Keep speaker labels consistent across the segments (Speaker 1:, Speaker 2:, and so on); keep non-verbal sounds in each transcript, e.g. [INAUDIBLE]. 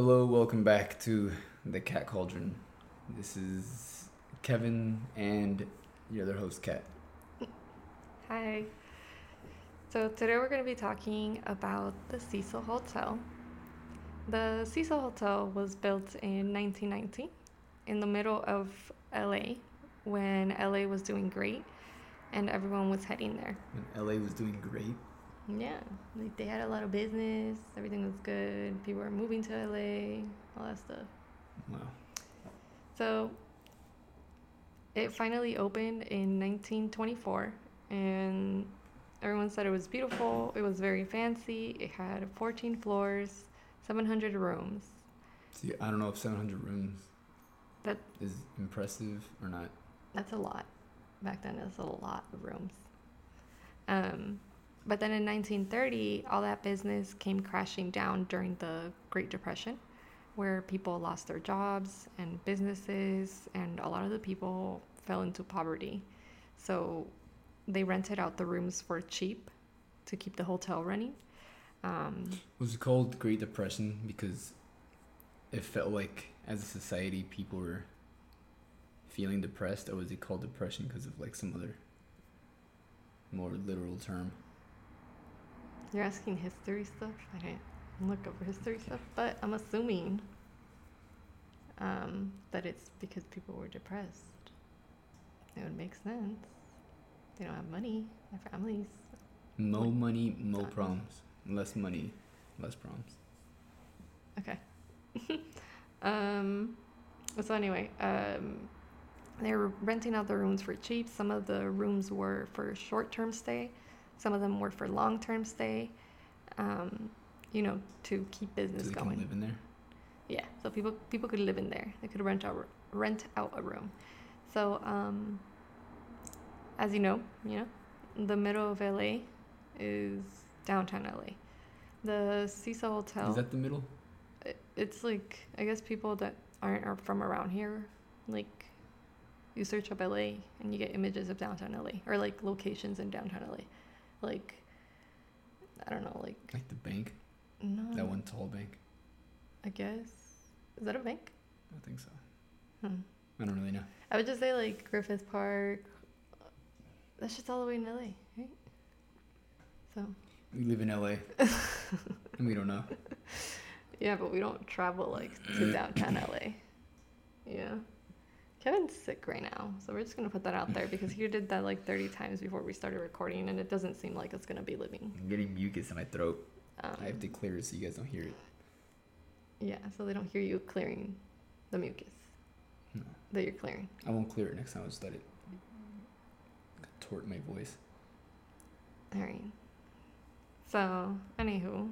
Speaker 1: welcome back to the Cat Cauldron. This is Kevin and your other host, Cat.
Speaker 2: Hi. So today we're going to be talking about the Cecil Hotel. The Cecil Hotel was built in 1990 in the middle of LA when LA was doing great and everyone was heading there.
Speaker 1: When LA was doing great.
Speaker 2: Yeah, like they had a lot of business, everything was good, people were moving to LA, all that stuff.
Speaker 1: Wow.
Speaker 2: So it finally opened in 1924, and everyone said it was beautiful. It was very fancy. It had 14 floors, 700 rooms.
Speaker 1: See, I don't know if 700 rooms
Speaker 2: That
Speaker 1: is impressive or not.
Speaker 2: that's a lot. Back then, that's a lot of rooms. Um, but then in 1930, all that business came crashing down during the Great Depression, where people lost their jobs and businesses, and a lot of the people fell into poverty. So they rented out the rooms for cheap to keep the hotel running. Um,
Speaker 1: Was it called Great Depression because it felt like, as a society, people were feeling depressed, or was it called depression because of like some other more literal term?
Speaker 2: You're asking history stuff? I didn't look over history stuff, but I'm assuming um, that it's because people were depressed. It would make sense. They don't have money, their families.
Speaker 1: Mo
Speaker 2: Like-
Speaker 1: money, mo
Speaker 2: Uh-uh.
Speaker 1: problems. Less money, less problems.
Speaker 2: Okay. um, so, anyway, um, they were renting out the rooms for cheap. Some of the rooms were for short term stay, some of them were for long term stay, um, you know, to keep business
Speaker 1: so they
Speaker 2: going.
Speaker 1: can live in there.
Speaker 2: Yeah, so people people could live in there. They could rent out rent out a room. So um, as you know, you know, the middle of LA is downtown LA. The Cecil Hotel.
Speaker 1: Is that the middle?
Speaker 2: i- it's like I guess people that aren't are from around here, like you search up LA and you get images of downtown LA or like locations in downtown LA, like I don't know, like
Speaker 1: Like the bank?
Speaker 2: no,
Speaker 1: That one tall bank?
Speaker 2: I guess is that a bank?
Speaker 1: I think so.
Speaker 2: Hmm.
Speaker 1: I don't really know.
Speaker 2: I would just say like Griffith Park. That's just all the way in LA, right? So
Speaker 1: We live in
Speaker 2: [LAUGHS]
Speaker 1: LA. and we don't know.
Speaker 2: yeah, but we don't travel like
Speaker 1: [CLEARS THROAT]
Speaker 2: to downtown LA. Yeah. Kevin's sick right now, so we're just gonna put that out there because he did that like 30 times before we started recording, and it doesn't seem like it's gonna be living.
Speaker 1: I'm getting mucus in my throat.
Speaker 2: Um,
Speaker 1: I have to clear it so you guys don't hear it.
Speaker 2: Yeah, so they don't hear you clearing the mucus
Speaker 1: No.
Speaker 2: that you're clearing.
Speaker 1: I won't clear it next time. I'll just let it contort my voice.
Speaker 2: All right. So, anywho,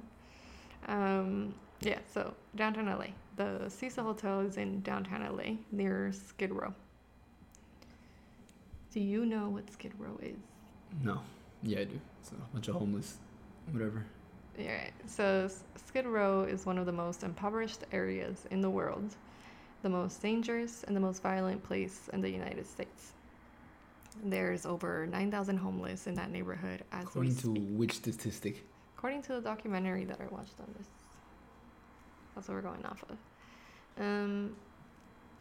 Speaker 2: um, yeah. So downtown LA, the Cecil Hotel is in downtown LA near Skid Row. Do you know what Skid Row is?
Speaker 1: No. Yeah, I do. So a bunch of homeless. Whatever.
Speaker 2: Yeah. So S- Skid Row is one of the most impoverished areas in the world, the most dangerous and the most violent place in the United States. There's over 9,000 homeless in that neighborhood as we
Speaker 1: According to
Speaker 2: speak.
Speaker 1: which statistic?
Speaker 2: According to the documentary that I watched on this, that's what we're going off of. Um,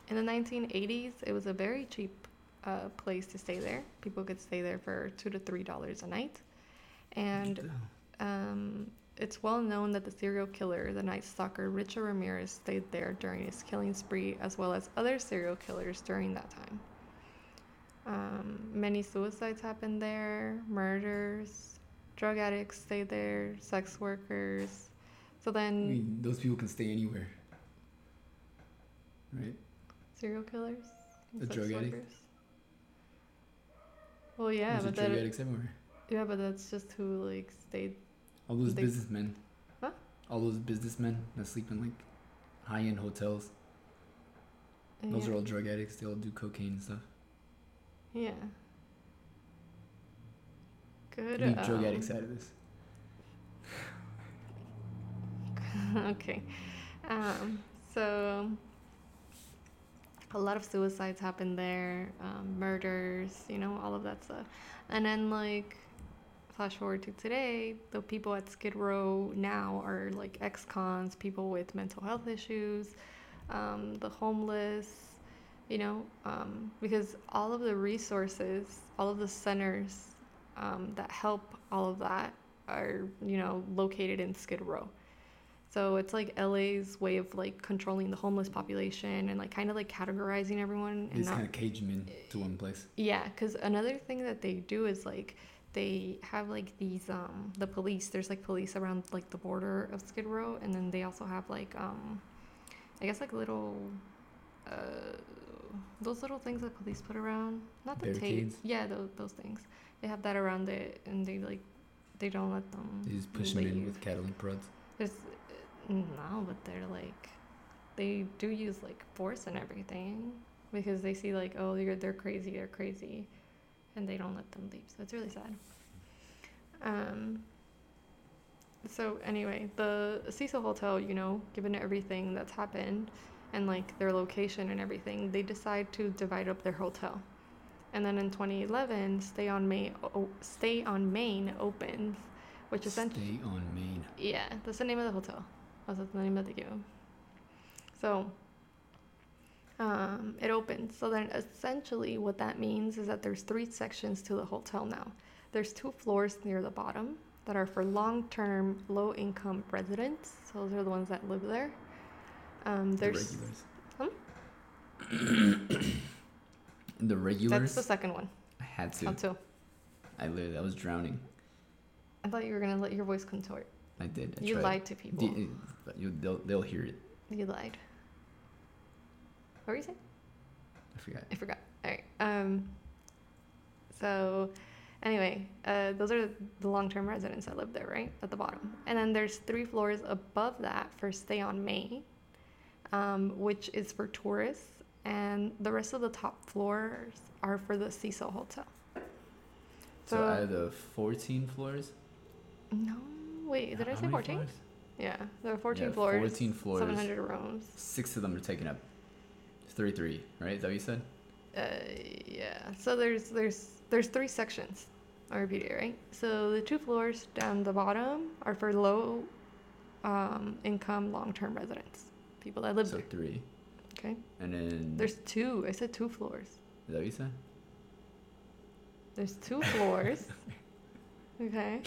Speaker 2: in the 1980s, it was a very cheap uh, place to stay there. People could stay there for two to three dollars a night, and um, it's well known that the serial killer, the Night Stalker Richard Ramirez, stayed there during his killing spree, as well as other serial killers during that time. Um, many suicides happened there, murders, drug addicts stayed there, sex workers. So
Speaker 1: I
Speaker 2: then,
Speaker 1: mean, those people can stay anywhere. Right?
Speaker 2: serial killers, and
Speaker 1: A
Speaker 2: sex
Speaker 1: drug addict?
Speaker 2: workers. Well, yeah,
Speaker 1: There's a
Speaker 2: but
Speaker 1: drug
Speaker 2: that,
Speaker 1: addicts everywhere.
Speaker 2: yeah, but that's just who like stayed.
Speaker 1: All those
Speaker 2: They-
Speaker 1: businessmen.
Speaker 2: Huh?
Speaker 1: All those businessmen that sleep in like high end hotels. Those
Speaker 2: yeah.
Speaker 1: are all drug addicts. They all do cocaine and stuff.
Speaker 2: yeah. Good.
Speaker 1: Leave drug
Speaker 2: um,
Speaker 1: addicts out of this.
Speaker 2: okay. Um, so a lot of suicides happened there, um, murders, you know, all of that stuff. And then like flash forward to today, the people at Skid Row now are like ex cons, people with mental health issues, um, the homeless, you know, um, because all of the resources, all of the centers um, that help all of that are, you know, located in Skid Row. So it's like LA's way of like controlling the homeless population and like kind of like categorizing everyone and
Speaker 1: It's
Speaker 2: not eh,
Speaker 1: kind of cage them in to one place.
Speaker 2: yeah, because another thing that they do is like they have like these um the police. There's like police around like the border of Skid Row, and then they also have like um I guess like little uh those little things that police put around not the tape
Speaker 1: Barricades?
Speaker 2: yeah those, those things they have that around it and they like they don't let them
Speaker 1: They just push them in
Speaker 2: leave.
Speaker 1: with cattle and prods.
Speaker 2: There's uh, no, but they're like, they do use like force and everything because they see like, oh, you're they're crazy, they're crazy, and they don't let them leave. So it's really sad. Um. So anyway, the Cecil Hotel, you know, given everything that's happened, and like their location and everything, they decide to divide up their hotel. And then in 2011, Stay on Main, o- Stay on Main opens, which
Speaker 1: Stay
Speaker 2: essentially
Speaker 1: on Maine.
Speaker 2: yeah, that's the name of the hotel. That's the name that they gave him. So, um, it opens. So then, essentially, what that means is that there's three sections to the hotel now. There's two floors near the bottom that are for long-term, low-income residents. So those are the ones that live there. Um,
Speaker 1: The
Speaker 2: there's
Speaker 1: regulars.
Speaker 2: Hmm?
Speaker 1: [COUGHS] the
Speaker 2: that's
Speaker 1: regulars.
Speaker 2: the second one.
Speaker 1: I had to.
Speaker 2: Oh, two.
Speaker 1: I literally, I was drowning.
Speaker 2: I thought you were gonna let your voice contort.
Speaker 1: I did. I
Speaker 2: You
Speaker 1: tried.
Speaker 2: lied to people.
Speaker 1: The- uh, you- they'll, they'll hear it.
Speaker 2: You lied. What were you saying?
Speaker 1: I forgot.
Speaker 2: I forgot. All right. Um, so, anyway, uh, those are the long term residents that live there, right? At the bottom. And then there's three floors above that for Stay on Main, um, which is for tourists. And the rest of the top floors are for the Cecil Hotel.
Speaker 1: So,
Speaker 2: So-
Speaker 1: out of the 14 floors.
Speaker 2: No, wait, did
Speaker 1: how
Speaker 2: I say
Speaker 1: many
Speaker 2: 14?
Speaker 1: floors?
Speaker 2: Yeah, there are 14
Speaker 1: Yeah,
Speaker 2: floors,
Speaker 1: 14 floors.
Speaker 2: 700 rooms.
Speaker 1: Six of them are taken up. 33, right? Is that what you said?
Speaker 2: Uh, yeah. So there's there's there's three sections. I repeat it, right? So the two floors down the bottom are for low um, income long term residents, people that live
Speaker 1: So
Speaker 2: there.
Speaker 1: three.
Speaker 2: Okay.
Speaker 1: And then.
Speaker 2: There's two. I said two floors.
Speaker 1: Is that what you said?
Speaker 2: There's
Speaker 1: [LAUGHS]
Speaker 2: two floors. okay.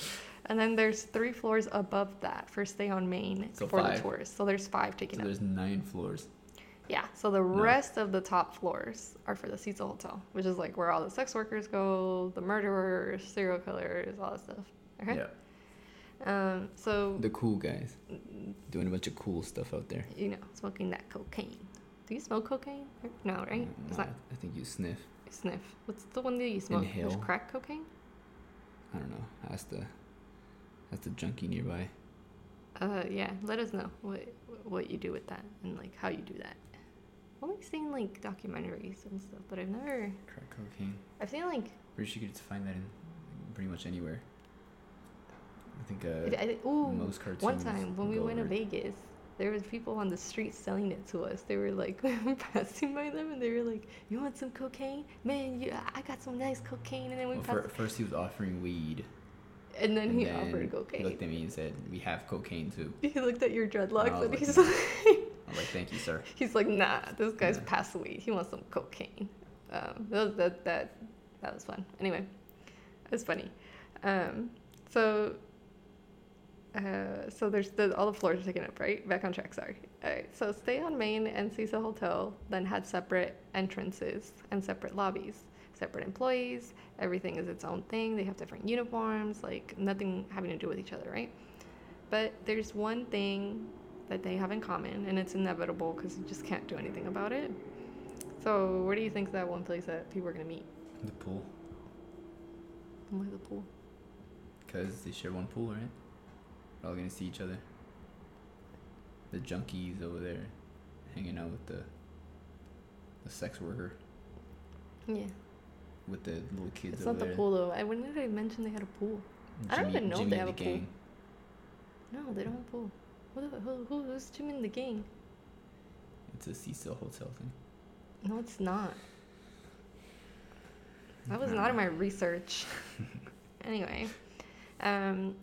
Speaker 2: And then there's three floors above that for stay on main
Speaker 1: So
Speaker 2: for
Speaker 1: five.
Speaker 2: the tourists. So there's five taken
Speaker 1: So
Speaker 2: up.
Speaker 1: there's nine floors.
Speaker 2: Yeah, so the rest of the top floors are for the Cecil Hotel, which is like where all the sex workers go, the murderers, serial killers, all that stuff. Okay.
Speaker 1: Yeah.
Speaker 2: Um, so,
Speaker 1: The cool guys.
Speaker 2: Mm-hmm.
Speaker 1: Doing a bunch of cool stuff out there.
Speaker 2: you know, smoking that cocaine. Do you smoke cocaine? No, right? It's
Speaker 1: Nah,
Speaker 2: not
Speaker 1: I think you sniff.
Speaker 2: sniff. What's the one that you smoke? There's
Speaker 1: Inhale.
Speaker 2: crack cocaine?
Speaker 1: I don't know. Ask the, ask the junkie nearby.
Speaker 2: Uh, yeah, let us know what what you do with that and like how you do that. I've only seen like documentaries and stuff, but I've never.
Speaker 1: Crack cocaine.
Speaker 2: I've seen like
Speaker 1: Pretty sure you could find that in pretty much anywhere. I think
Speaker 2: If-
Speaker 1: uh,
Speaker 2: I think- ooh,
Speaker 1: most
Speaker 2: One
Speaker 1: cartoons
Speaker 2: time when we
Speaker 1: go
Speaker 2: went to
Speaker 1: over-
Speaker 2: Vegas, there was people on the street selling it to us. They were like [LAUGHS] passing by them and they were like, "You want some cocaine, man? You, I got some nice cocaine." And then we
Speaker 1: Well,
Speaker 2: passed,
Speaker 1: fir- first he was offering weed.
Speaker 2: and then he
Speaker 1: then
Speaker 2: offered
Speaker 1: He looked
Speaker 2: cocaine.
Speaker 1: at me and said, "We have cocaine too."
Speaker 2: [LAUGHS] He looked at your dreadlocks
Speaker 1: was
Speaker 2: and
Speaker 1: like,
Speaker 2: he's
Speaker 1: "No."
Speaker 2: like, [LAUGHS]
Speaker 1: I'm like, "Thank you, sir."
Speaker 2: he's like, "Nah, this guy's
Speaker 1: Yeah.
Speaker 2: passed away. He wants some cocaine." Um, that, that that that was fun. Anyway, it was funny. Um, so uh, so there's the, all the floors are taken up, right? Back on track. Sorry. All right. So stay on Main and Cecil Hotel then had separate entrances and separate lobbies, separate employees. Everything is its own thing. They have different uniforms, like nothing having to do with each other, right? But there's one thing that they have in common, and it's inevitable because you just can't do anything about it. So, where do you think that one place that people are gonna meet?
Speaker 1: The pool,
Speaker 2: Why the pool?
Speaker 1: because they share one pool, right? They're all gonna see each other. The junkies over there, hanging out with the, the sex worker,
Speaker 2: Yeah,
Speaker 1: with the little kids
Speaker 2: it's
Speaker 1: over
Speaker 2: not the
Speaker 1: there.
Speaker 2: pool though. I when did I mention they had a pool? I don't even know if
Speaker 1: Jimmy
Speaker 2: they
Speaker 1: and
Speaker 2: have
Speaker 1: the
Speaker 2: a pool.
Speaker 1: gang.
Speaker 2: No, they don't have a pool. What the, who, who, who's Jim in the gang?
Speaker 1: It's a Cecil Hotel thing.
Speaker 2: No, it's not. That was not in my research. [LAUGHS] anyway, Um,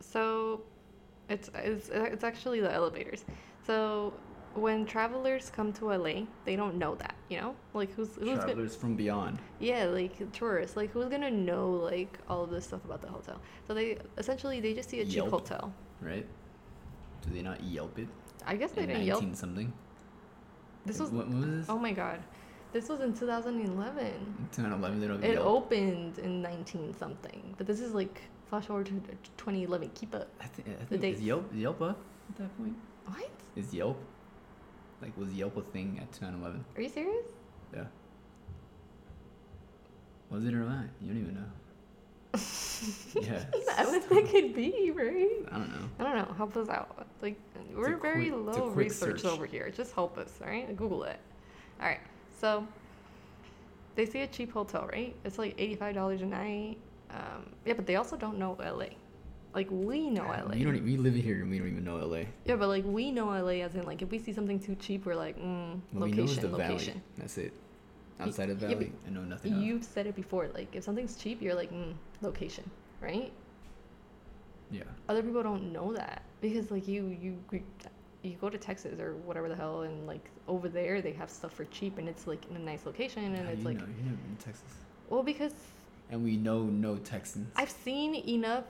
Speaker 2: so it's, it's it's actually the elevators. So when travelers come to LA, they don't know that, you know? Like who's who's gonna-
Speaker 1: Travelers from beyond.
Speaker 2: yeah, like tourists, like who's gonna know like all of this stuff about the hotel? So they essentially they just see a cheap
Speaker 1: Yelp.
Speaker 2: hotel.
Speaker 1: right? Do they not Yelp it?
Speaker 2: I guess they
Speaker 1: in
Speaker 2: didn't
Speaker 1: 19
Speaker 2: Yelp.
Speaker 1: something.
Speaker 2: This was
Speaker 1: when, when was this?
Speaker 2: oh my god, this was in 2011.
Speaker 1: 2011. They don't
Speaker 2: It
Speaker 1: Yelp.
Speaker 2: opened in 19 something, but this is like flash forward to 2011. Keep up.
Speaker 1: I think, I think
Speaker 2: date.
Speaker 1: is Yelp is Yelp up at that point?
Speaker 2: What?
Speaker 1: Is Yelp like was Yelp a thing at 2011?
Speaker 2: Are you serious?
Speaker 1: Yeah. Was it or not? You don't even know. yeah.
Speaker 2: I would think it'd be right.
Speaker 1: I don't know.
Speaker 2: I don't know. Help us out. Like we're
Speaker 1: a quick-
Speaker 2: very
Speaker 1: it's a
Speaker 2: low
Speaker 1: quick
Speaker 2: research
Speaker 1: search.
Speaker 2: over here. Just help us, all right? Google it. All right. So they see a cheap hotel, right? It's like eighty-five dollars a night. Um, yeah, but they also don't know LA. Like we know LA.
Speaker 1: You don't. e- We live here and we don't even know LA.
Speaker 2: yeah, but like we know LA as in like if we see something too cheap, we're like, mm,
Speaker 1: What we know is the
Speaker 2: location,
Speaker 1: valley.
Speaker 2: location.
Speaker 1: That's it.
Speaker 2: Y-
Speaker 1: Outside of
Speaker 2: yeah,
Speaker 1: valley, I know nothing. of.
Speaker 2: You've said it before. Like if something's cheap, you're like, mm, location, right?
Speaker 1: Yeah.
Speaker 2: other people don't know that because like you you you go to Texas or whatever the hell and like over there they have stuff for cheap and it's like in a nice location and
Speaker 1: How do
Speaker 2: it's
Speaker 1: you
Speaker 2: like
Speaker 1: know? You've never been to Texas.
Speaker 2: well because
Speaker 1: And we know no Texans.
Speaker 2: I've seen enough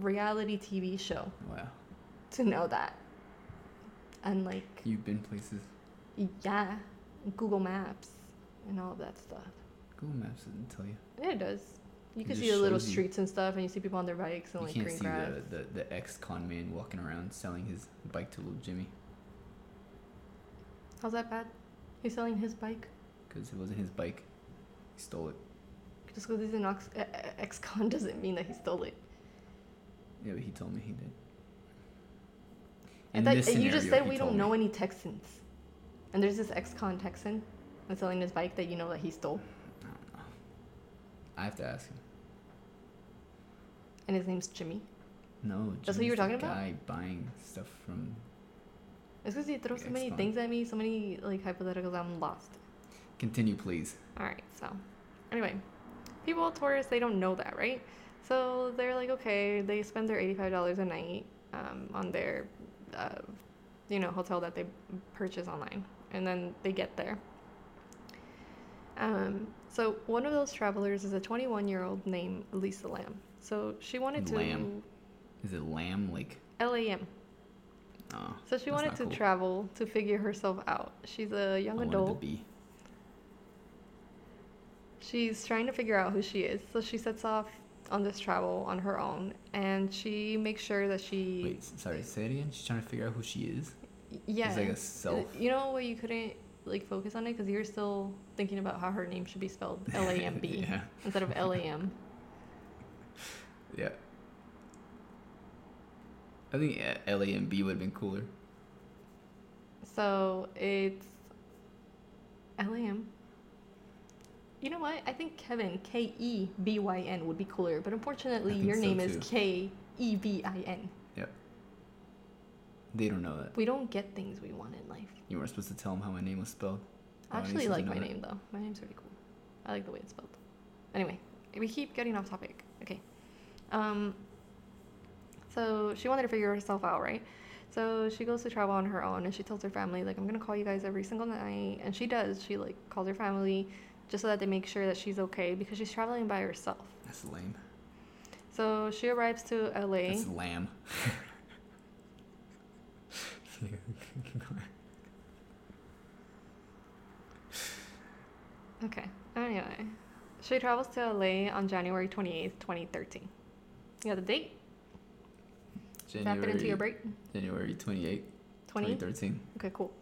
Speaker 2: reality TV show
Speaker 1: Wow.
Speaker 2: to know that and like
Speaker 1: You've been places.
Speaker 2: yeah Google Maps and all of that stuff
Speaker 1: Google Maps doesn't tell you.
Speaker 2: yeah, it does you
Speaker 1: It
Speaker 2: can
Speaker 1: just
Speaker 2: see the little
Speaker 1: shows you.
Speaker 2: streets and stuff and you see people on their bikes and
Speaker 1: you
Speaker 2: like
Speaker 1: can't
Speaker 2: green
Speaker 1: see
Speaker 2: grass
Speaker 1: the, the, the ex con man walking around selling his bike to little Jimmy
Speaker 2: how's that bad he's selling his bike
Speaker 1: because it wasn't his bike. He stole it.
Speaker 2: just because he's an ox- e- e- ex-con [LAUGHS] doesn't mean that he stole it
Speaker 1: Yeah, but he told me he did.
Speaker 2: I
Speaker 1: In
Speaker 2: thought,
Speaker 1: this
Speaker 2: you just
Speaker 1: scenario,
Speaker 2: said
Speaker 1: he
Speaker 2: we
Speaker 1: told
Speaker 2: don't
Speaker 1: me.
Speaker 2: know any Texans. And there's this ex-con Texan that's selling his bike that you know that he stole.
Speaker 1: I don't know. I have to ask him.
Speaker 2: And his name's Jimmy.
Speaker 1: No,
Speaker 2: That's what
Speaker 1: Jimmy's
Speaker 2: you were
Speaker 1: the
Speaker 2: talking about?
Speaker 1: Guy buying stuff from.
Speaker 2: It's because he throws so many
Speaker 1: Ex-con.
Speaker 2: things at me, so many like hypotheticals, I'm lost.
Speaker 1: Continue, please.
Speaker 2: Alright, so anyway. People tourists they don't know that, right? So they're like, okay, they spend their eighty five dollars a night um, on their uh, you know, hotel that they purchase online. And then they get there. Um, so one of those travelers is a 21 year old named Lisa Lamb. So she wanted to
Speaker 1: Lam. Is it lamb? Like,
Speaker 2: L A M.
Speaker 1: oh,
Speaker 2: So
Speaker 1: That's
Speaker 2: she wanted
Speaker 1: not
Speaker 2: to
Speaker 1: cool.
Speaker 2: travel to figure herself out. She's a
Speaker 1: I
Speaker 2: young
Speaker 1: wanted
Speaker 2: adult.
Speaker 1: to be.
Speaker 2: She's trying to figure out who she is. So she sets off on this travel on her own and she makes sure that she
Speaker 1: Wait, s- sorry. Say it again. She's trying to figure out who she is.
Speaker 2: y- yeah.
Speaker 1: It's like a
Speaker 2: Uh,
Speaker 1: self.
Speaker 2: You know where you couldn't like focus on it cuz you're still thinking about how her name should be spelled L A M B
Speaker 1: [LAUGHS] yeah.
Speaker 2: instead of L A M.
Speaker 1: Yeah. I think uh, L A and B would have been cooler.
Speaker 2: So it's L A M. You know what? I think Kevin K E B Y N would be cooler, but unfortunately
Speaker 1: think
Speaker 2: your
Speaker 1: so
Speaker 2: name
Speaker 1: too.
Speaker 2: is K E B I N.
Speaker 1: They don't know that.
Speaker 2: We don't get things we want in life.
Speaker 1: You weren't supposed to tell them how my name was spelled. Oh,
Speaker 2: I
Speaker 1: you're
Speaker 2: actually
Speaker 1: supposed
Speaker 2: like
Speaker 1: to
Speaker 2: my
Speaker 1: know
Speaker 2: name though. My name's really cool. I like the way it's spelled. Anyway, we keep getting off topic. Okay. Um so she wanted to figure herself out, right? So she goes to travel on her own and she tells her family like I'm going to call you guys every single night and she does. She like calls her family just so that they make sure that she's okay because she's traveling by herself.
Speaker 1: That's lame.
Speaker 2: So she arrives to LA.
Speaker 1: That's
Speaker 2: [LAUGHS]
Speaker 1: lamb. [LAUGHS]
Speaker 2: Okay. Anyway, she travels to LA on January 28th, 2013. You got the date? Tap it into your brain.
Speaker 1: January 28,
Speaker 2: 20?
Speaker 1: 2013.
Speaker 2: Okay, cool.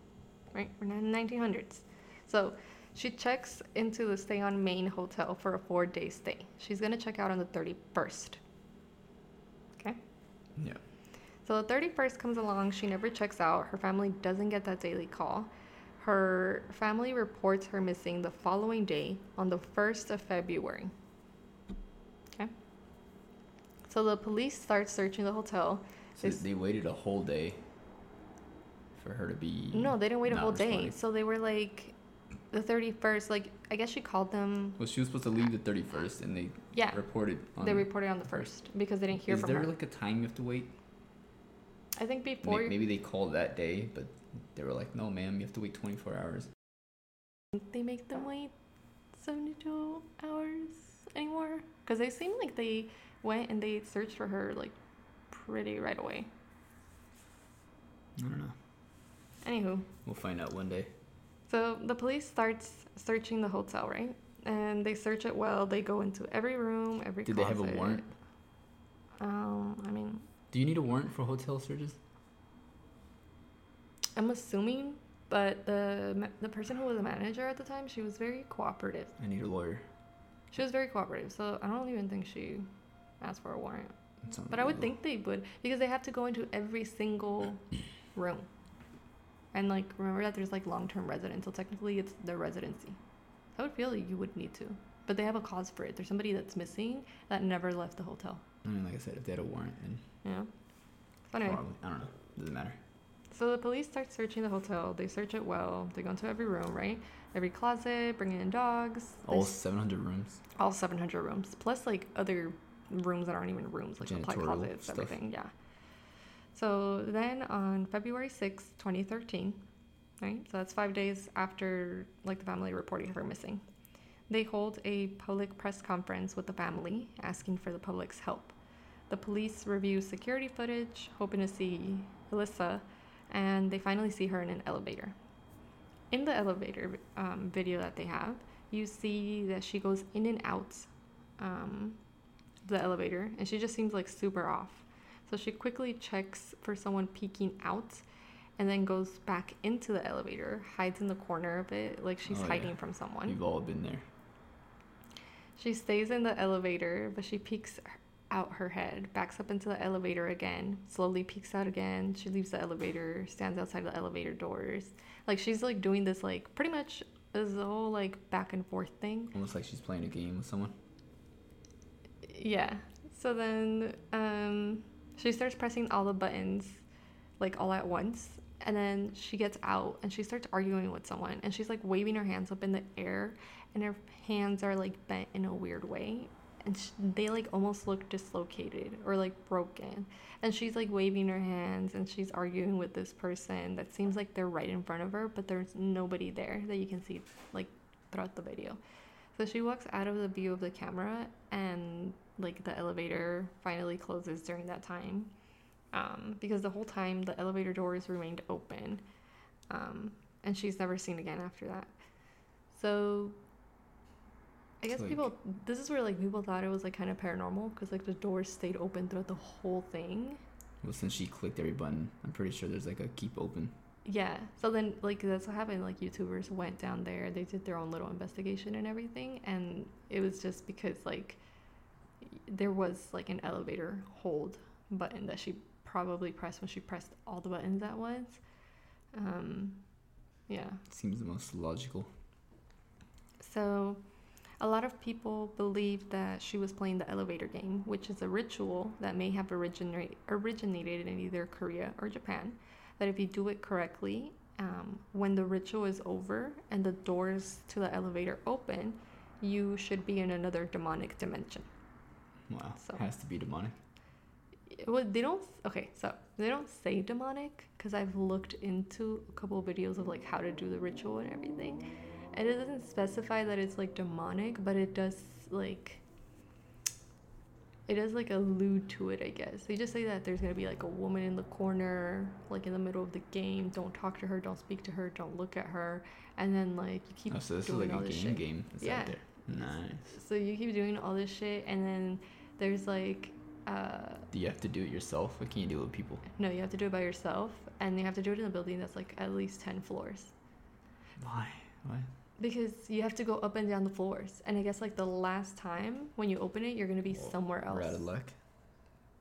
Speaker 2: Right, we're not in the 1900s. So she checks into the Stay on Main Hotel for a four day stay. She's gonna check out on the 31st. Okay?
Speaker 1: Yeah.
Speaker 2: So the 31st comes along, she never checks out, her family doesn't get that daily call. Her family reports her missing the following day on the 1st of February. Okay? So the police start searching the hotel.
Speaker 1: So
Speaker 2: It's-
Speaker 1: they waited a whole day for her to be.
Speaker 2: No, they didn't wait a
Speaker 1: not
Speaker 2: whole day.
Speaker 1: responding.
Speaker 2: So they were like, the 31st, like, I guess she called them.
Speaker 1: Well, she was supposed to leave the thirty first, and they
Speaker 2: Yeah,
Speaker 1: reported. On,
Speaker 2: they reported on the 1st because they didn't hear
Speaker 1: Is
Speaker 2: from
Speaker 1: there
Speaker 2: her.
Speaker 1: like a time you have to wait?
Speaker 2: I think
Speaker 1: May-
Speaker 2: before.
Speaker 1: Maybe they called that day, but they were like, "No, ma'am, you have to wait twenty four hours."
Speaker 2: they make them wait 72 hours anymore because they seem like they went and they searched for her like pretty right away
Speaker 1: I don't know.
Speaker 2: anywho
Speaker 1: We'll find out one day.
Speaker 2: so the police starts searching the hotel right and they search it well they go into every room every
Speaker 1: Did they have a
Speaker 2: closet.
Speaker 1: warrant?
Speaker 2: um i mean
Speaker 1: Do you need a warrant for hotel searches?
Speaker 2: i'm assuming but the ma- the person who was a manager at the time she was very cooperative
Speaker 1: I need a lawyer.
Speaker 2: she was very cooperative so i don't even think she asked for a warrant
Speaker 1: It's not
Speaker 2: But I would
Speaker 1: legal.
Speaker 2: think they would because they have to go into every single room. And like remember that there's like long-term residence, so technically it's their residency. I would feel that you would need to, but they have a cause for it. There's somebody that's missing that never left the hotel.
Speaker 1: I mean, like I said, if they had a warrant, then
Speaker 2: You know. But anyway,
Speaker 1: probably. I don't know. Doesn't matter.
Speaker 2: so the police start searching the hotel. They search it well. They go into every room, right? Every closet, bringing in dogs. They
Speaker 1: All
Speaker 2: s-
Speaker 1: seven hundred rooms.
Speaker 2: all 700 rooms plus like other rooms that aren't even rooms like supply
Speaker 1: Janitorial
Speaker 2: closets
Speaker 1: stuff.
Speaker 2: everything yeah so then on february sixth, 2013 right so that's five days after like the family reported her missing they hold a public press conference with the family asking for the public's help the police review security footage hoping to see alyssa and they finally see her in an elevator in the elevator um, video that they have, you see that she goes in and out um, the elevator, and she just seems like super off. So she quickly checks for someone peeking out, and then goes back into the elevator, hides in the corner of it, like she's
Speaker 1: Oh, yeah.
Speaker 2: hiding from someone.
Speaker 1: You've all been there.
Speaker 2: She stays in the elevator, but she peeks her- out her head, backs up into the elevator again, slowly peeks out again. She leaves the elevator, stands outside the elevator doors. Like she's like doing this like pretty much this whole like back and forth thing.
Speaker 1: Almost like she's playing a game with someone.
Speaker 2: Yeah. So then um, she starts pressing all the buttons like all at once. And then she gets out and she starts arguing with someone. And she's like waving her hands up in the air. And her hands are like bent in a weird way. And sh they like almost look dislocated or like broken. And she's like waving her hands and she's arguing with this person that seems like they're right in front of her, but there's nobody there that you can see like throughout the video. So she walks out of the view of the camera, and like the elevator finally closes during that time, um, because the whole time the elevator doors remained open, um, and she's never seen again after that. So. I
Speaker 1: It's
Speaker 2: guess
Speaker 1: like-
Speaker 2: people. This is where like people thought it was like kind of paranormal because like the doors stayed open throughout the whole thing.
Speaker 1: Well, since she clicked every button, I'm pretty sure there's like a keep open.
Speaker 2: Yeah. So then, like, that's what happened. Like, YouTubers went down there, they did their own little investigation and everything. And it was just because, like, there was, like, an elevator hold button that she probably pressed when she pressed all the buttons at once. Um, yeah.
Speaker 1: Seems the most logical.
Speaker 2: So, a lot of people believe that she was playing the elevator game, which is a ritual that may have originate, originated in either Korea or Japan. That if you do it correctly, um, when the ritual is over and the doors to the elevator open, you should be in another demonic dimension.
Speaker 1: Wow.
Speaker 2: So-
Speaker 1: Has to be demonic.
Speaker 2: Well, they don't. Okay, so they don't say demonic because I've looked into a couple of videos of like how to do the ritual and everything, and it doesn't specify that it's like demonic, but it does like. It does like allude to it, I guess. They just say that there's gonna be like a woman in the corner, like in the middle of the game. Don't talk to her. Don't speak to her. Don't look at her. And then like you keep
Speaker 1: Oh, so this is
Speaker 2: doing
Speaker 1: like
Speaker 2: all
Speaker 1: a
Speaker 2: this
Speaker 1: game
Speaker 2: shit.
Speaker 1: game that's
Speaker 2: Yeah.
Speaker 1: out there. Nice.
Speaker 2: So you keep doing all this shit, and then there's like. uh
Speaker 1: Do you have to do it yourself? Or can you do it with people?
Speaker 2: No, you have to do it by yourself, and you have to do it in a building that's like at least 10 floors.
Speaker 1: Why? Why?
Speaker 2: Because you have to go up and down the floors. And I guess like the last time when you open it, you're going to be
Speaker 1: Well,
Speaker 2: somewhere else.
Speaker 1: We're out of luck.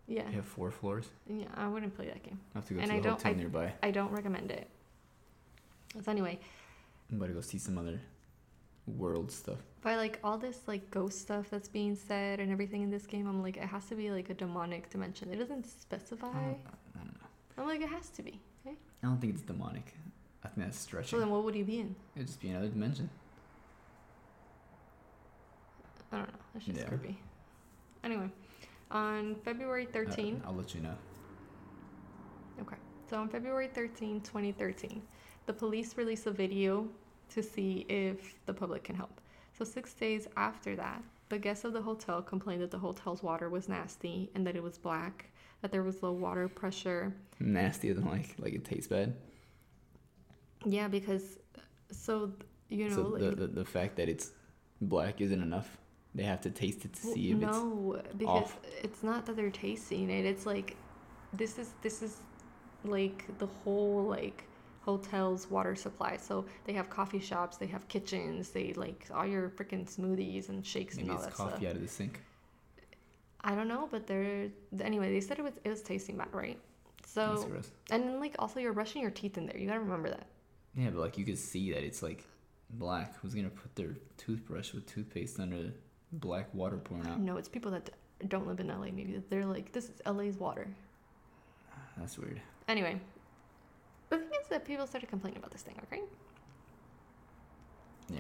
Speaker 2: Yeah.
Speaker 1: You have four floors.
Speaker 2: Yeah, I wouldn't play that game.
Speaker 1: I have to go
Speaker 2: And
Speaker 1: to
Speaker 2: I
Speaker 1: a
Speaker 2: don't-
Speaker 1: hotel
Speaker 2: I-
Speaker 1: nearby.
Speaker 2: I don't recommend it. So anyway,
Speaker 1: I'm about to go see some other world stuff.
Speaker 2: by like all this like ghost stuff that's being said and everything in this game, I'm like it has to be like a demonic dimension. It doesn't
Speaker 1: I
Speaker 2: specify.
Speaker 1: don't, I don't know.
Speaker 2: I'm like it has to be. Okay?
Speaker 1: I don't think it's demonic. I think that's stretching.
Speaker 2: So then what would you be in?
Speaker 1: It'd just be another dimension.
Speaker 2: I don't know. That's just
Speaker 1: Yeah.
Speaker 2: creepy. Anyway, on February
Speaker 1: I-
Speaker 2: 13th,
Speaker 1: I'll let you know.
Speaker 2: Okay. So on February 13, 2013, the police released a video to see if the public can help. So six days after that, the guests of the hotel complained that the hotel's water was nasty and that it was black, that there was low water pressure.
Speaker 1: Nastier than like like it tastes bad.
Speaker 2: Yeah, because so you know,
Speaker 1: so
Speaker 2: like,
Speaker 1: the, the the fact that it's black isn't enough. They have to taste it to
Speaker 2: Well,
Speaker 1: see if it's
Speaker 2: no, because
Speaker 1: off.
Speaker 2: it's not that they're tasting it. It's like this is this is like the whole like hotel's water supply. So they have coffee shops, they have kitchens, they like all your freaking smoothies and shakes
Speaker 1: maybe
Speaker 2: and all
Speaker 1: it's
Speaker 2: that
Speaker 1: coffee
Speaker 2: stuff.
Speaker 1: out of the sink.
Speaker 2: I don't know, but they're anyway. They said it was it was tasting bad, right?
Speaker 1: That's
Speaker 2: So
Speaker 1: gross.
Speaker 2: and then like also you're brushing your teeth in there. You gotta remember that.
Speaker 1: Yeah, but like you could see that it's like black. Who's gonna put their toothbrush with toothpaste under black water pouring out?
Speaker 2: No, it's people that d- don't live in LA. Maybe that they're like this is LA's water.
Speaker 1: That's weird.
Speaker 2: Anyway, the thing is that people started complaining about this thing. Okay.
Speaker 1: Yeah.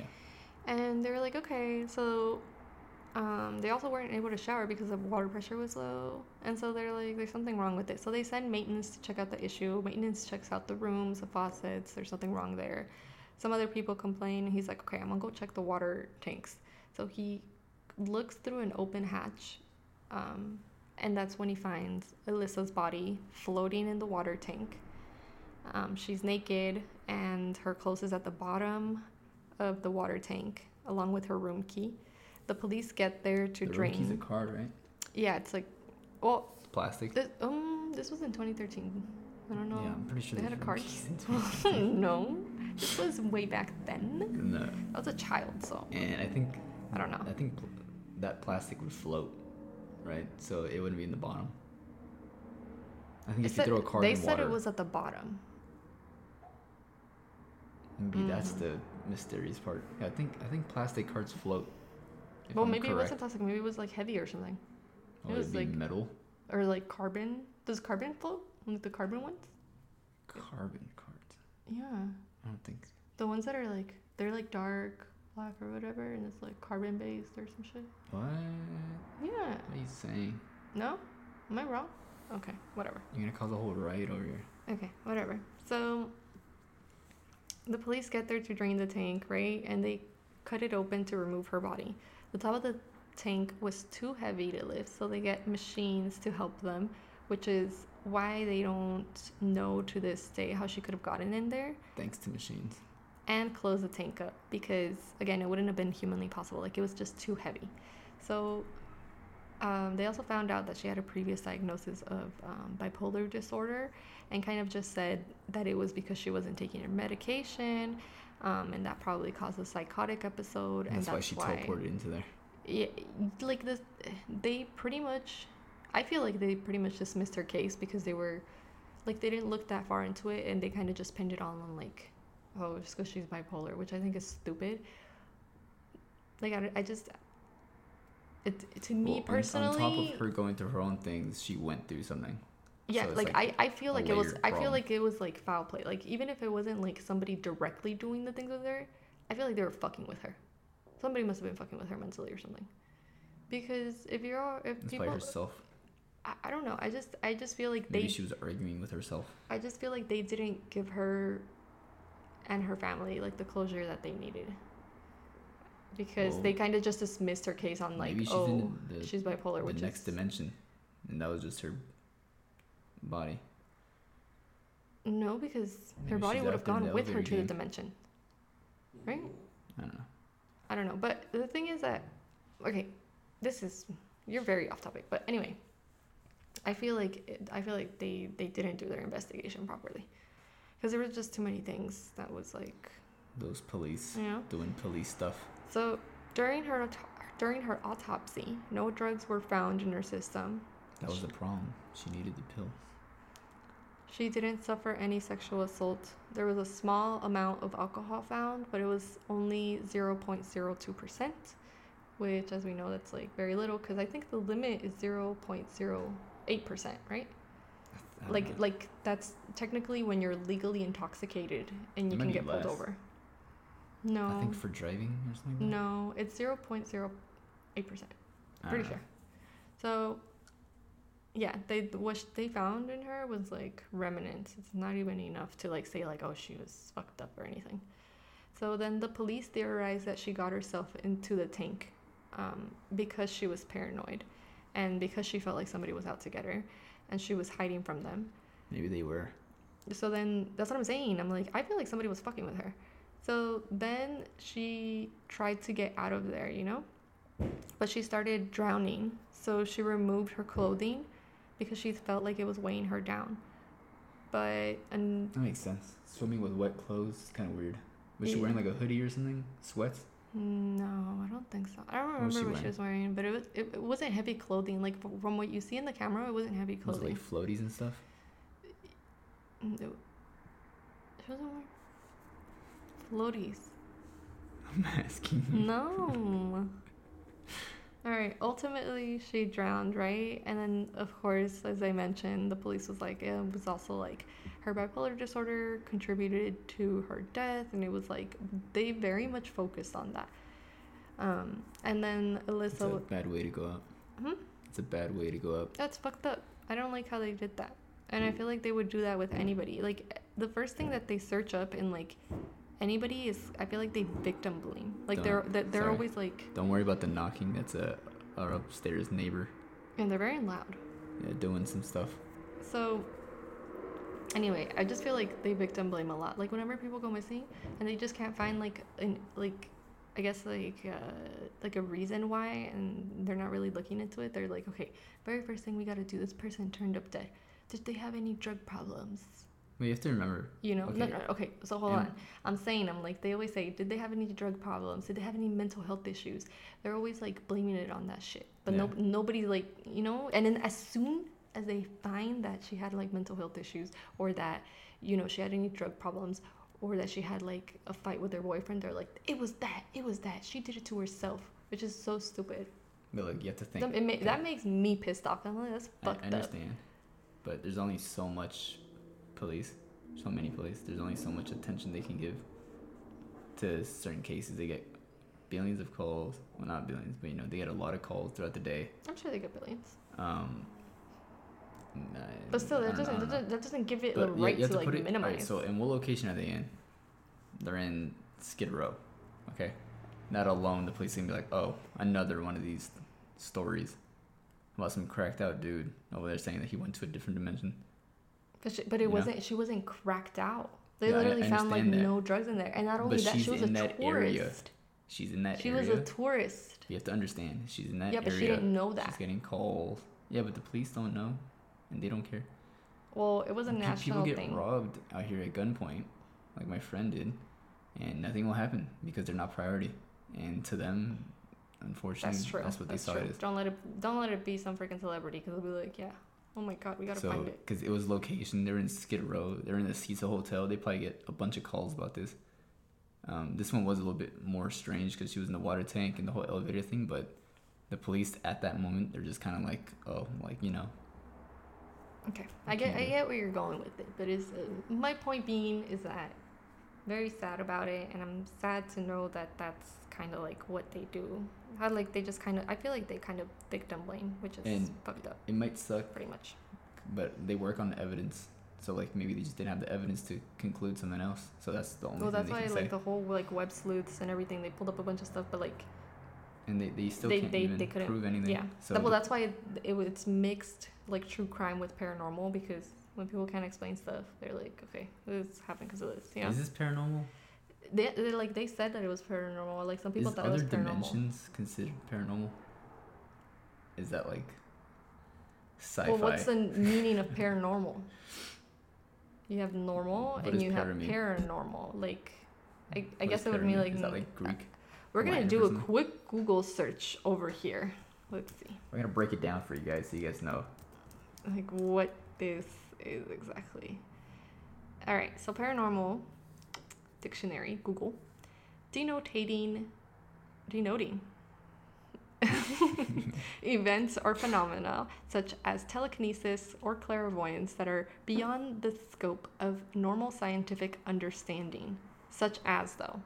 Speaker 2: And they were like, okay, so um, they also weren't able to shower because the water pressure was low. And so they're like, there's something wrong with it. So they send maintenance to check out the issue. Maintenance checks out the rooms, the faucets, there's nothing wrong there. Some other people complain. He's like, okay, I'm gonna go check the water tanks. So he looks through an open hatch, um, and that's when he finds Alyssa's body floating in the water tank. Um, she's naked, and her clothes is at the bottom of the water tank, along with her room key. The police get there to
Speaker 1: the
Speaker 2: drain.
Speaker 1: room key's a card, right?
Speaker 2: yeah, it's like, well,
Speaker 1: It's plastic.
Speaker 2: this, um, this was in 2013. I don't know. [LAUGHS]
Speaker 1: Yeah, I'm pretty sure
Speaker 2: they
Speaker 1: there's
Speaker 2: had
Speaker 1: room
Speaker 2: a card.
Speaker 1: keys [LAUGHS] in
Speaker 2: [LAUGHS]
Speaker 1: 2013.
Speaker 2: no, this was way back then.
Speaker 1: no.
Speaker 2: I was a child, so
Speaker 1: And I think
Speaker 2: I don't know.
Speaker 1: I think pl- that plastic would float, right? So it wouldn't be in the bottom. I think
Speaker 2: It
Speaker 1: if
Speaker 2: said-
Speaker 1: you throw a card
Speaker 2: they
Speaker 1: in
Speaker 2: said
Speaker 1: water,
Speaker 2: it was at the bottom.
Speaker 1: maybe
Speaker 2: Mm.
Speaker 1: that's the mysterious part. I think I think plastic cards float. if
Speaker 2: well,
Speaker 1: I'm
Speaker 2: maybe it
Speaker 1: correct.
Speaker 2: wasn't plastic. Maybe it was like heavy or something,
Speaker 1: Or
Speaker 2: it was
Speaker 1: it'd be
Speaker 2: like-
Speaker 1: metal.
Speaker 2: or like carbon. Does carbon float? Like the carbon ones?
Speaker 1: Carbon cards.
Speaker 2: Yeah,
Speaker 1: I don't think.
Speaker 2: the ones that are like they're like dark black or whatever, and it's like carbon based or some shit.
Speaker 1: What? What
Speaker 2: Yeah.
Speaker 1: are you saying?
Speaker 2: No, am I wrong? Okay, whatever.
Speaker 1: You're gonna cause a whole riot over here.
Speaker 2: Okay, whatever. So the police get there to drain the tank, right? And they cut it open to remove her body. The top of the tank was too heavy to lift, so they get machines to help them, which is why they don't know to this day how she could have gotten in there
Speaker 1: Thanks to machines.
Speaker 2: and close the tank up because again it wouldn't have been humanly possible like it was just too heavy so um, they also found out that she had a previous diagnosis of um, bipolar disorder and kind of just said that it was because she wasn't taking her medication um, and that probably caused a psychotic episode and
Speaker 1: That's, why she teleported into there.
Speaker 2: yeah, like this they pretty much i feel like they pretty much dismissed her case because they were like they didn't look that far into it and they kind of just pinned it all on like oh just because she's bipolar which i think is stupid like i, don't- I just it, to me
Speaker 1: Well, on-
Speaker 2: personally
Speaker 1: on, top of her going through her own things, she went through something.
Speaker 2: yeah
Speaker 1: So it's
Speaker 2: like,
Speaker 1: like
Speaker 2: I, I feel
Speaker 1: a
Speaker 2: like it was
Speaker 1: layered
Speaker 2: i feel
Speaker 1: problem.
Speaker 2: like it was like foul play like even if it wasn't like somebody directly doing the things with her i feel like they were fucking with her somebody must have been fucking with her mentally or something because if you're all- if
Speaker 1: It's by
Speaker 2: people
Speaker 1: herself.
Speaker 2: I, I don't know i just i just feel like
Speaker 1: Maybe
Speaker 2: they
Speaker 1: she was arguing with herself.
Speaker 2: i just feel like they didn't give her and her family like the closure that they needed because
Speaker 1: Well,
Speaker 2: they kind of just dismissed her case on like
Speaker 1: Maybe she's
Speaker 2: oh
Speaker 1: in the, the
Speaker 2: she's bipolar which
Speaker 1: next
Speaker 2: is
Speaker 1: dimension, and that was just her body.
Speaker 2: no because her
Speaker 1: Maybe
Speaker 2: body
Speaker 1: she's
Speaker 2: would have
Speaker 1: out there in
Speaker 2: gone
Speaker 1: the
Speaker 2: with her
Speaker 1: elevator
Speaker 2: to the
Speaker 1: game.
Speaker 2: dimension right
Speaker 1: I don't know.
Speaker 2: I don't know. But the thing is that, okay, this is you're very off topic. But anyway, I feel like it, I feel like they they didn't do their investigation properly, because there was just too many things that was like,
Speaker 1: Those police
Speaker 2: you know.
Speaker 1: doing police stuff.
Speaker 2: So during her auto- during her autopsy, no drugs were found in her system.
Speaker 1: That was the problem. She needed the pill.
Speaker 2: She didn't suffer any sexual assault. There was a small amount of alcohol found, but it was only 0.02%, which, as we know, that's like very little because I think the limit is 0.08%, right?
Speaker 1: I don't
Speaker 2: Like,
Speaker 1: know.
Speaker 2: like that's technically when you're legally intoxicated and
Speaker 1: It
Speaker 2: you
Speaker 1: might
Speaker 2: can
Speaker 1: be
Speaker 2: get
Speaker 1: less.
Speaker 2: pulled over. No,
Speaker 1: I think for driving or something. like that?
Speaker 2: no, it's 0.0. eight percent.
Speaker 1: I
Speaker 2: Pretty
Speaker 1: dunno.
Speaker 2: sure. So, yeah, they what sh- they found in her was like remnants. It's not even enough to like say like oh she was fucked up or anything. So then the police theorized that she got herself into the tank um, because she was paranoid, and because she felt like somebody was out to get her, and she was hiding from them.
Speaker 1: Maybe they were.
Speaker 2: So then that's what I'm saying. I'm like, I feel like somebody was fucking with her. So then she tried to get out of there, you know? But she started drowning. So she removed her clothing because she felt like it was weighing her down. But and
Speaker 1: That makes sense. Swimming with wet clothes is kind of weird. Was she
Speaker 2: Yeah.
Speaker 1: wearing like a hoodie or something? Sweats?
Speaker 2: no, I don't think so. I don't
Speaker 1: What was
Speaker 2: remember
Speaker 1: she
Speaker 2: what she was wearing, but it, was, it it wasn't heavy clothing. Like f- from what you see in the camera, it wasn't heavy
Speaker 1: Was it
Speaker 2: clothing.
Speaker 1: like floaties and stuff? [LAUGHS]
Speaker 2: Mm, it- She wasn't wearing floaties.
Speaker 1: I'm asking you.
Speaker 2: No. All right. Ultimately, she drowned, right? And then, of course, as I mentioned, the police was like, it was also like her bipolar disorder contributed to her death, and it was like they very much focused on that. Um, and then
Speaker 1: It's
Speaker 2: Alyssa,
Speaker 1: a bad way to go out.
Speaker 2: Hmm?
Speaker 1: It's a bad way to go out.
Speaker 2: that's fucked up. I don't like how they did that, and I feel like they would do that with anybody. Like the first thing that they search up in like anybody is, I feel like they victim blame. Like they're
Speaker 1: Don't-
Speaker 2: they're they're
Speaker 1: sorry.
Speaker 2: always like,
Speaker 1: Don't worry about the knocking. That's a our upstairs neighbor
Speaker 2: and they're very loud.
Speaker 1: yeah, doing some stuff.
Speaker 2: So, anyway, I just feel like they victim blame a lot. Like whenever people go missing and they just can't find like an like, I guess like uh, like a reason why, and they're not really looking into it. They're like, okay, very first thing we got to do. This person turned up dead. Did they have any drug problems?
Speaker 1: Well, you have to remember.
Speaker 2: You know, no,
Speaker 1: Okay.
Speaker 2: no, okay. So hold
Speaker 1: And-
Speaker 2: on. I'm saying, I'm like, they always say, did they have any drug problems? Did they have any mental health issues? They're always like blaming it on that shit, but no,
Speaker 1: Yeah.
Speaker 2: nobody like, you know. And then as soon as they find that she had like mental health issues, or that, you know, she had any drug problems, or that she had like a fight with her boyfriend, they're like, it was that, it was that. She did it to herself, which is so stupid.
Speaker 1: But like you have to think.
Speaker 2: That, it ma- that makes me pissed off. I'm like, that's
Speaker 1: I, I
Speaker 2: fucked up.
Speaker 1: understand, but there's only so much police, so many police. There's only so much attention they can give to certain cases. They get billions of calls. Well, not billions, but you know they get a lot of calls throughout the day.
Speaker 2: I'm sure they get billions,
Speaker 1: Um, I-
Speaker 2: but still,
Speaker 1: I
Speaker 2: that
Speaker 1: don't know, I don't
Speaker 2: doesn't
Speaker 1: know.
Speaker 2: that doesn't- that doesn't give it
Speaker 1: But
Speaker 2: the
Speaker 1: yeah, you
Speaker 2: right
Speaker 1: have
Speaker 2: to like
Speaker 1: put it-
Speaker 2: minimize.
Speaker 1: alright, so in what location are they in? They're in Skid Row. Okay. Not alone. The police can be like, oh, another one of these stories about some cracked out dude over there saying that he went to a different dimension.
Speaker 2: But, she, but it
Speaker 1: You know?
Speaker 2: wasn't. She wasn't cracked out. They
Speaker 1: Yeah, I-
Speaker 2: literally
Speaker 1: I
Speaker 2: found like
Speaker 1: understand that.
Speaker 2: no drugs in there, and not only
Speaker 1: But
Speaker 2: that,
Speaker 1: she's
Speaker 2: she was a
Speaker 1: in that area.
Speaker 2: tourist.
Speaker 1: She's in that
Speaker 2: She
Speaker 1: area.
Speaker 2: was a tourist.
Speaker 1: you have to understand. She's in that
Speaker 2: yeah, but
Speaker 1: area.
Speaker 2: she didn't know
Speaker 1: She's
Speaker 2: that.
Speaker 1: getting calls. Yeah, but the police don't know, and they don't care.
Speaker 2: Well, it was a
Speaker 1: Pe-
Speaker 2: national
Speaker 1: People get
Speaker 2: thing.
Speaker 1: robbed out here at gunpoint, like my friend did, and nothing will happen because they're not priority. And to them, unfortunately,
Speaker 2: That's
Speaker 1: that's,
Speaker 2: true.
Speaker 1: what
Speaker 2: That's
Speaker 1: they saw
Speaker 2: true.
Speaker 1: it as.
Speaker 2: Don't let it. Don't let it be some freaking celebrity because they'll be like, yeah. Oh my god, we gotta
Speaker 1: So,
Speaker 2: find it.
Speaker 1: because it was location, they're in Skid Row, they're in the Cecil Hotel. They probably get a bunch of calls about this. Um, this one was a little bit more strange because she was in the water tank and the whole elevator thing. But the police at that moment, they're just kind of like, oh, like you know,
Speaker 2: Okay, I get. I
Speaker 1: Okay.
Speaker 2: get where you're going with it, but is uh, my point being is that very sad about it, and I'm sad to know that that's kind of like what they do. How like they just kind of. I feel like they kind of victim blame, which is
Speaker 1: And-
Speaker 2: fucked up,
Speaker 1: it might suck,
Speaker 2: pretty much.
Speaker 1: but they work on the evidence. So like maybe they just didn't have the evidence to conclude something else. So that's the only
Speaker 2: Well,
Speaker 1: thing
Speaker 2: that's
Speaker 1: they
Speaker 2: why
Speaker 1: can say.
Speaker 2: like the whole like web sleuths and everything, they pulled up a bunch of stuff, but like
Speaker 1: and they, they still
Speaker 2: they-
Speaker 1: can't
Speaker 2: they-
Speaker 1: even
Speaker 2: they couldn't-
Speaker 1: prove anything.
Speaker 2: yeah.
Speaker 1: So
Speaker 2: well,
Speaker 1: the-
Speaker 2: that's why it, it was- it's mixed like true crime with paranormal because when people can't explain stuff, they're like, okay, this happened because of this. You know,
Speaker 1: is this paranormal?
Speaker 2: they, they like they said that it was paranormal. Like some people
Speaker 1: is
Speaker 2: thought it
Speaker 1: other
Speaker 2: was paranormal.
Speaker 1: dimensions considered paranormal? Is that like sci-fi?
Speaker 2: Well, what's the meaning of paranormal? You have normal
Speaker 1: What
Speaker 2: and
Speaker 1: does
Speaker 2: you have
Speaker 1: para mean?
Speaker 2: paranormal. Like, I, I
Speaker 1: What
Speaker 2: guess
Speaker 1: is
Speaker 2: it would mean
Speaker 1: paranormal?
Speaker 2: like, uh,
Speaker 1: is that
Speaker 2: n-
Speaker 1: like Greek?
Speaker 2: we're gonna
Speaker 1: Latin or
Speaker 2: do a
Speaker 1: something?
Speaker 2: quick Google search over here. Let's see.
Speaker 1: We're gonna break it down for you guys so you guys know.
Speaker 2: like what this is exactly. All right, so paranormal dictionary Google denotating denoting events or phenomena such as telekinesis or clairvoyance that are beyond the scope of normal scientific understanding such as though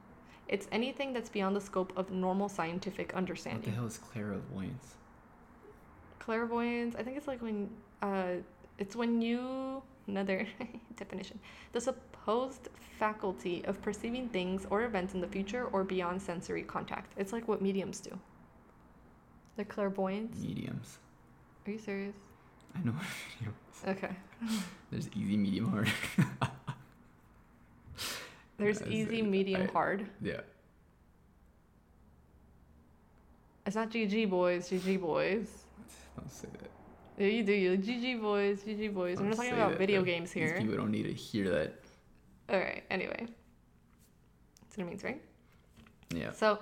Speaker 2: It's anything that's beyond the scope of normal scientific
Speaker 1: What the
Speaker 2: understanding.
Speaker 1: hell is clairvoyance?
Speaker 2: Clairvoyance, I think it's like when uh, it's when you another [LAUGHS] definition. The supposed faculty of perceiving things or events in the future or beyond sensory contact. It's like what mediums do. The clairvoyance.
Speaker 1: Mediums.
Speaker 2: Are you serious?
Speaker 1: I know.
Speaker 2: Okay.
Speaker 1: There's easy, medium, hard. [LAUGHS]
Speaker 2: There's
Speaker 1: As
Speaker 2: easy,
Speaker 1: in,
Speaker 2: medium,
Speaker 1: I-
Speaker 2: hard.
Speaker 1: Yeah.
Speaker 2: It's not GG boys, GG boys.
Speaker 1: Don't say that.
Speaker 2: Yeah, you do you GG boys, GG boys. We're
Speaker 1: Don't
Speaker 2: not talking
Speaker 1: say
Speaker 2: about
Speaker 1: that,
Speaker 2: video
Speaker 1: bro.
Speaker 2: games
Speaker 1: These
Speaker 2: here.
Speaker 1: people don't need to hear that.
Speaker 2: All right. Anyway, that's what it means, right?
Speaker 1: Yeah.
Speaker 2: So,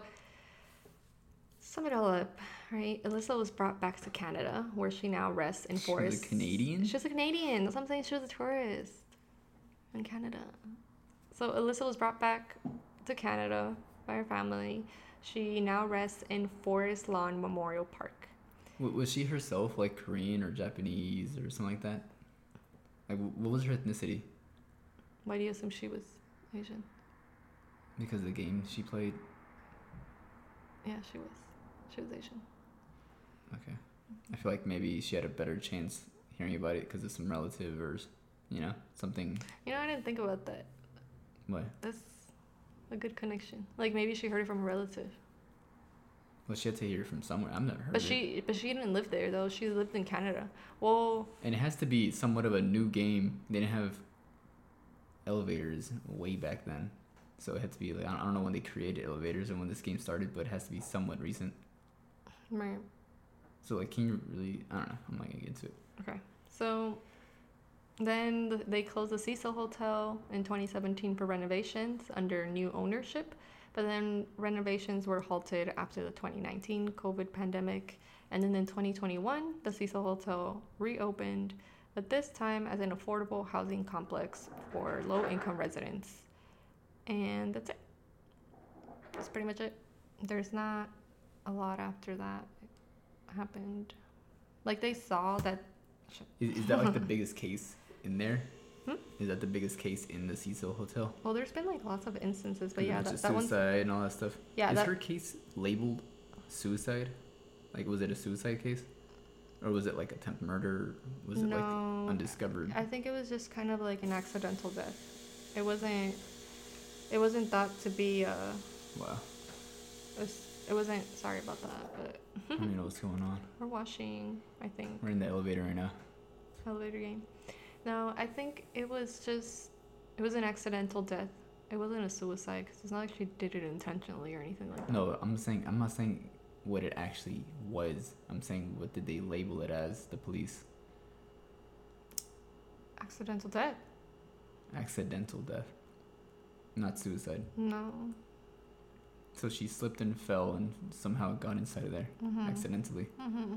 Speaker 2: sum it all up, right? Alyssa was brought back to Canada, where she now rests in
Speaker 1: She was a
Speaker 2: forests.
Speaker 1: Canadian?
Speaker 2: She was a Canadian. That's what I'm saying. She was a tourist in Canada. So Alyssa was brought back to Canada by her family. She now rests in Forest Lawn Memorial Park.
Speaker 1: W- was she herself like Korean or Japanese or something like that? Like, wh- what was her ethnicity?
Speaker 2: Why do you assume she was Asian?
Speaker 1: Because of the game she played.
Speaker 2: Yeah, she was. She was Asian.
Speaker 1: Okay. I feel like maybe she had a better chance hearing about it because of some relative or, s- you know, something.
Speaker 2: You know, I didn't think about that.
Speaker 1: What?
Speaker 2: That's a good connection. Like maybe she heard it from a relative.
Speaker 1: Well, she had to hear it from somewhere. I've never heard.
Speaker 2: But
Speaker 1: of it.
Speaker 2: she but she didn't live there though. She lived in Canada. Well,
Speaker 1: And it has to be somewhat of a new game. They didn't have elevators way back then. So it had to be like, I don't- I don't know when they created elevators and when this game started, but it has to be somewhat recent.
Speaker 2: right.
Speaker 1: So, like, can you really? I don't know. I'm not going to get into it.
Speaker 2: Okay. So then th- they closed the Cecil Hotel in 2017 for renovations under new ownership, but then renovations were halted after the 2019 COVID pandemic. And then in 2021, the Cecil Hotel reopened, but this time as an affordable housing complex for low income residents. And that's it. That's pretty much it. There's not a lot after that happened. Like they saw that
Speaker 1: Is, is that
Speaker 2: [LAUGHS]
Speaker 1: like the biggest case in there?
Speaker 2: Hmm?
Speaker 1: Is that the biggest case in the Cecil Hotel?
Speaker 2: Well, there's been like lots of instances, but
Speaker 1: Pretty
Speaker 2: yeah,
Speaker 1: much
Speaker 2: that,
Speaker 1: just
Speaker 2: that one's
Speaker 1: suicide and all that stuff.
Speaker 2: yeah,
Speaker 1: is
Speaker 2: that,
Speaker 1: her case labeled suicide? Like, was it a suicide case, or was it like attempt murder? Was it like
Speaker 2: no,
Speaker 1: undiscovered?
Speaker 2: I think it was just kind of like an accidental death. It wasn't. It wasn't thought to be a.
Speaker 1: wow,
Speaker 2: a s- It wasn't. Sorry about that,
Speaker 1: I
Speaker 2: [LAUGHS] but
Speaker 1: don't even know what's going on.
Speaker 2: we're watching. I think
Speaker 1: We're in the elevator right now.
Speaker 2: elevator game. No, I think it was just. It was an accidental death. It wasn't a suicide because it's not like she did it intentionally or anything like that.
Speaker 1: No, I'm saying I'm not saying what it actually was. I'm saying what did they label it as? The police
Speaker 2: Accidental death.
Speaker 1: accidental death, not suicide.
Speaker 2: No.
Speaker 1: So she slipped and fell and somehow got inside of there
Speaker 2: Mm-hmm.
Speaker 1: accidentally.
Speaker 2: Mm-hmm.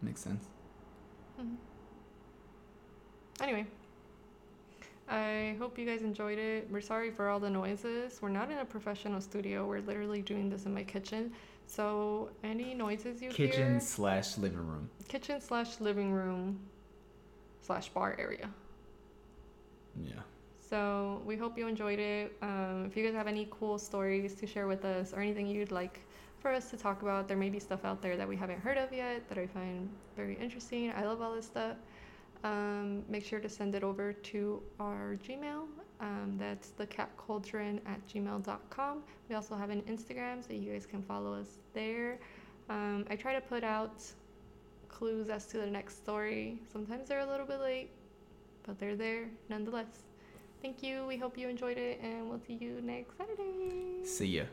Speaker 1: Makes sense.
Speaker 2: Mhm. Anyway, I hope you guys enjoyed it. We're sorry for all the noises. We're not in a professional studio. We're literally doing this in my kitchen. So any noises you
Speaker 1: Kitchen
Speaker 2: hear,
Speaker 1: slash living room.
Speaker 2: kitchen slash living room slash bar area.
Speaker 1: Yeah.
Speaker 2: So we hope you enjoyed it. Um, if you guys have any cool stories to share with us or anything you'd like for us to talk about, there may be stuff out there that we haven't heard of yet that I find very interesting. I love all this stuff. Um, make sure to send it over to our Gmail. Um, that's thecapcauldron at gmail.com. We also have an Instagram, so you guys can follow us there. Um, I try to put out clues as to the next story. Sometimes they're a little bit late, but they're there nonetheless. Thank you. We hope you enjoyed it, and we'll see you next Saturday.
Speaker 1: See ya.